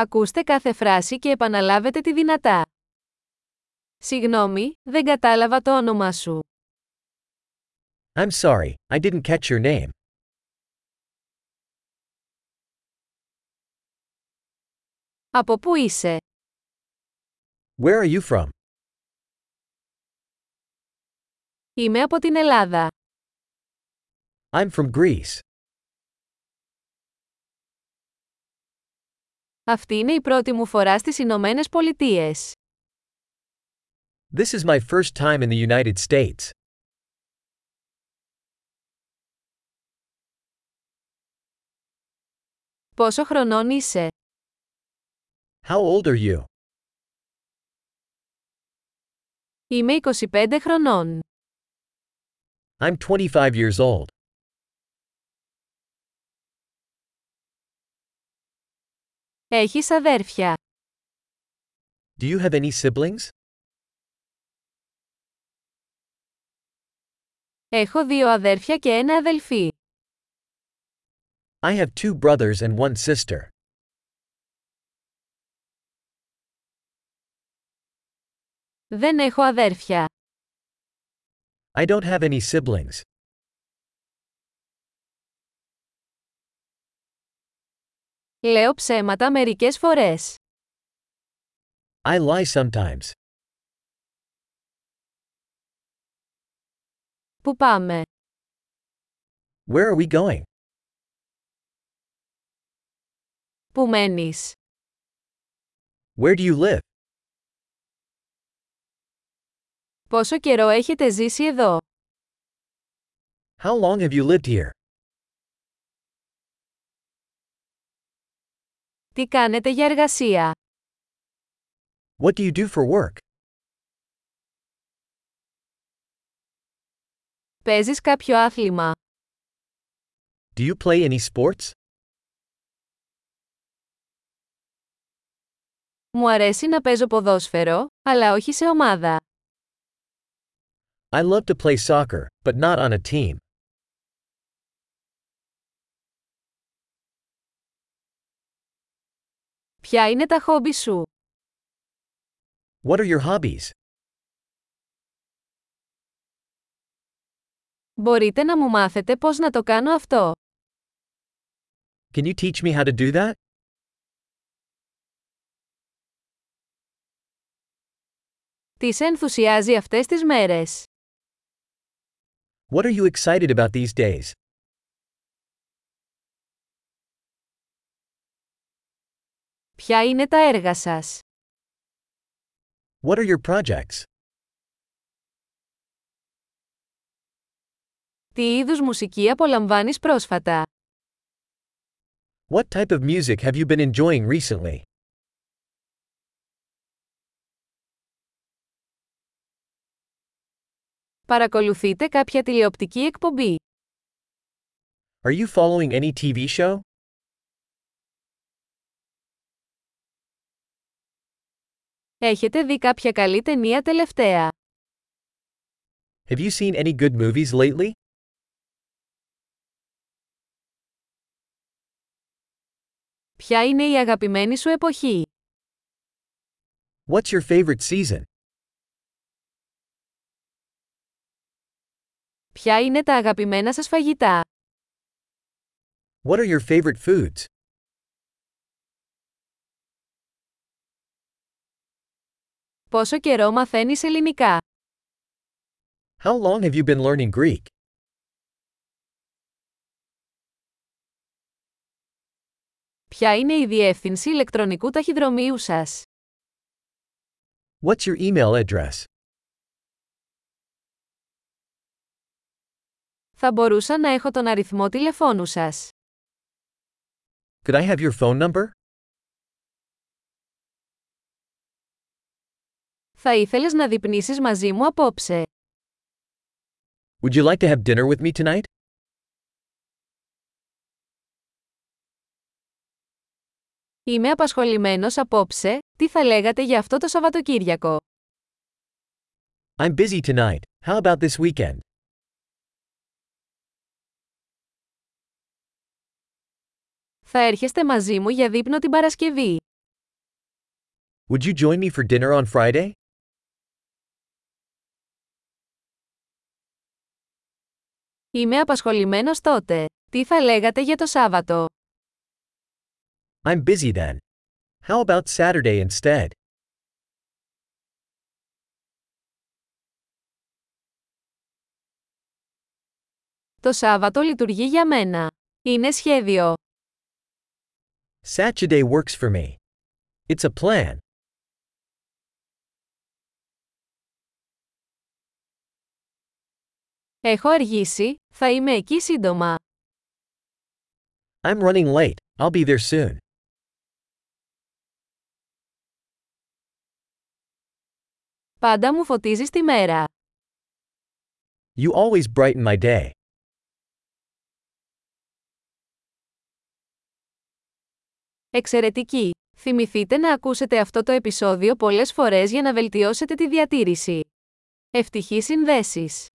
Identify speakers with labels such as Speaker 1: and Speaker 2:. Speaker 1: Ακούστε κάθε φράση και επαναλάβετε τη δυνατά. Συγγνώμη, δεν κατάλαβα το όνομά σου.
Speaker 2: I'm sorry, I didn't catch your name.
Speaker 1: Από πού είσαι?
Speaker 2: Where are you from?
Speaker 1: Είμαι από την Ελλάδα.
Speaker 2: I'm from Greece.
Speaker 1: Αυτή είναι η πρώτη μου φορά στις Ηνωμένες Πολιτείες.
Speaker 2: This is my first time in the United States.
Speaker 1: Πόσο χρονών είσαι?
Speaker 2: How old are you?
Speaker 1: Είμαι 25 χρονών.
Speaker 2: I'm 25 years old.
Speaker 1: Έχεις αδέρφια.
Speaker 2: Do you have any siblings?
Speaker 1: Έχω δύο αδέρφια και ένα αδελφή.
Speaker 2: I have two brothers and one sister.
Speaker 1: Δεν έχω αδέρφια.
Speaker 2: I don't have any siblings.
Speaker 1: Λέω ψέματα μερικές φορές.
Speaker 2: I lie sometimes.
Speaker 1: Πού πάμε?
Speaker 2: Where are we going?
Speaker 1: Πού μένεις?
Speaker 2: Where do you live?
Speaker 1: Πόσο καιρό έχετε ζήσει εδώ?
Speaker 2: How long have you lived here?
Speaker 1: Τι κάνετε για εργασία?
Speaker 2: What do you do for work?
Speaker 1: Παίζεις κάποιο άθλημα?
Speaker 2: Do you play any sports?
Speaker 1: Μου αρέσει να παίζω ποδόσφαιρο, αλλά όχι σε ομάδα.
Speaker 2: I love to play soccer, but not on a team.
Speaker 1: Ποια είναι τα χόμπι σου?
Speaker 2: What are your hobbies?
Speaker 1: Μπορείτε να μου μάθετε πώς να το κάνω αυτό.
Speaker 2: Can you teach me how to do that?
Speaker 1: Τις σε ενθουσιάζει αυτές τις μέρες?
Speaker 2: What are you excited about these days?
Speaker 1: Ποια είναι τα έργα σας?
Speaker 2: What are your projects?
Speaker 1: Τι είδους μουσική απολαμβάνεις πρόσφατα?
Speaker 2: What type of music have you been enjoying recently?
Speaker 1: Παρακολουθείτε κάποια τηλεοπτική εκπομπή.
Speaker 2: Are you following any TV show?
Speaker 1: Έχετε δει κάποια καλή ταινία τελευταία.
Speaker 2: Have you seen any good movies lately?
Speaker 1: Ποια είναι η αγαπημένη σου εποχή?
Speaker 2: What's your favorite season?
Speaker 1: Ποια είναι τα αγαπημένα σας φαγητά?
Speaker 2: What are your favorite foods?
Speaker 1: Πόσο καιρό μαθαίνεις ελληνικά?
Speaker 2: How long have you been learning Greek?
Speaker 1: Ποια είναι η διεύθυνση ηλεκτρονικού ταχυδρομείου σας?
Speaker 2: What's your email address?
Speaker 1: Θα μπορούσα να έχω τον αριθμό τηλεφώνου σας.
Speaker 2: Could I have your phone number?
Speaker 1: Θα ήθελες να διπνήσεις μαζί μου απόψε.
Speaker 2: Would you like to have dinner with me tonight?
Speaker 1: Είμαι απασχολημένος απόψε, τι θα λέγατε για αυτό το Σαββατοκύριακο.
Speaker 2: I'm busy tonight. How about this weekend?
Speaker 1: Θα έρχεστε μαζί μου για δείπνο την Παρασκευή.
Speaker 2: Would you join me for dinner on Friday?
Speaker 1: Είμαι απασχολημένος τότε. Τι θα λέγατε για το Σάββατο?
Speaker 2: I'm busy then. How about Saturday instead?
Speaker 1: Το Σάββατο λειτουργεί για μένα. Είναι σχέδιο.
Speaker 2: Saturday works for me. It's a plan.
Speaker 1: Έχω αργήσει, θα είμαι εκεί σύντομα.
Speaker 2: I'm running late. I'll be there soon.
Speaker 1: Πάντα μου φωτίζεις τη μέρα.
Speaker 2: You always brighten my day.
Speaker 1: Εξαιρετική! Θυμηθείτε να ακούσετε αυτό το επεισόδιο πολλές φορές για να βελτιώσετε τη διατήρηση. Ευτυχή συνδέσεις!